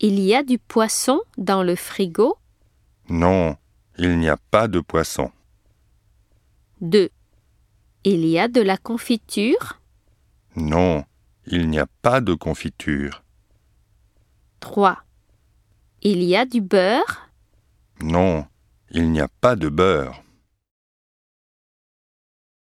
Il y a du poisson dans le frigo Non, il n'y a pas de poisson. 2. Il y a de la confiture Non, il n'y a pas de confiture. 3. Il y a du beurre Non, il n'y a pas de beurre.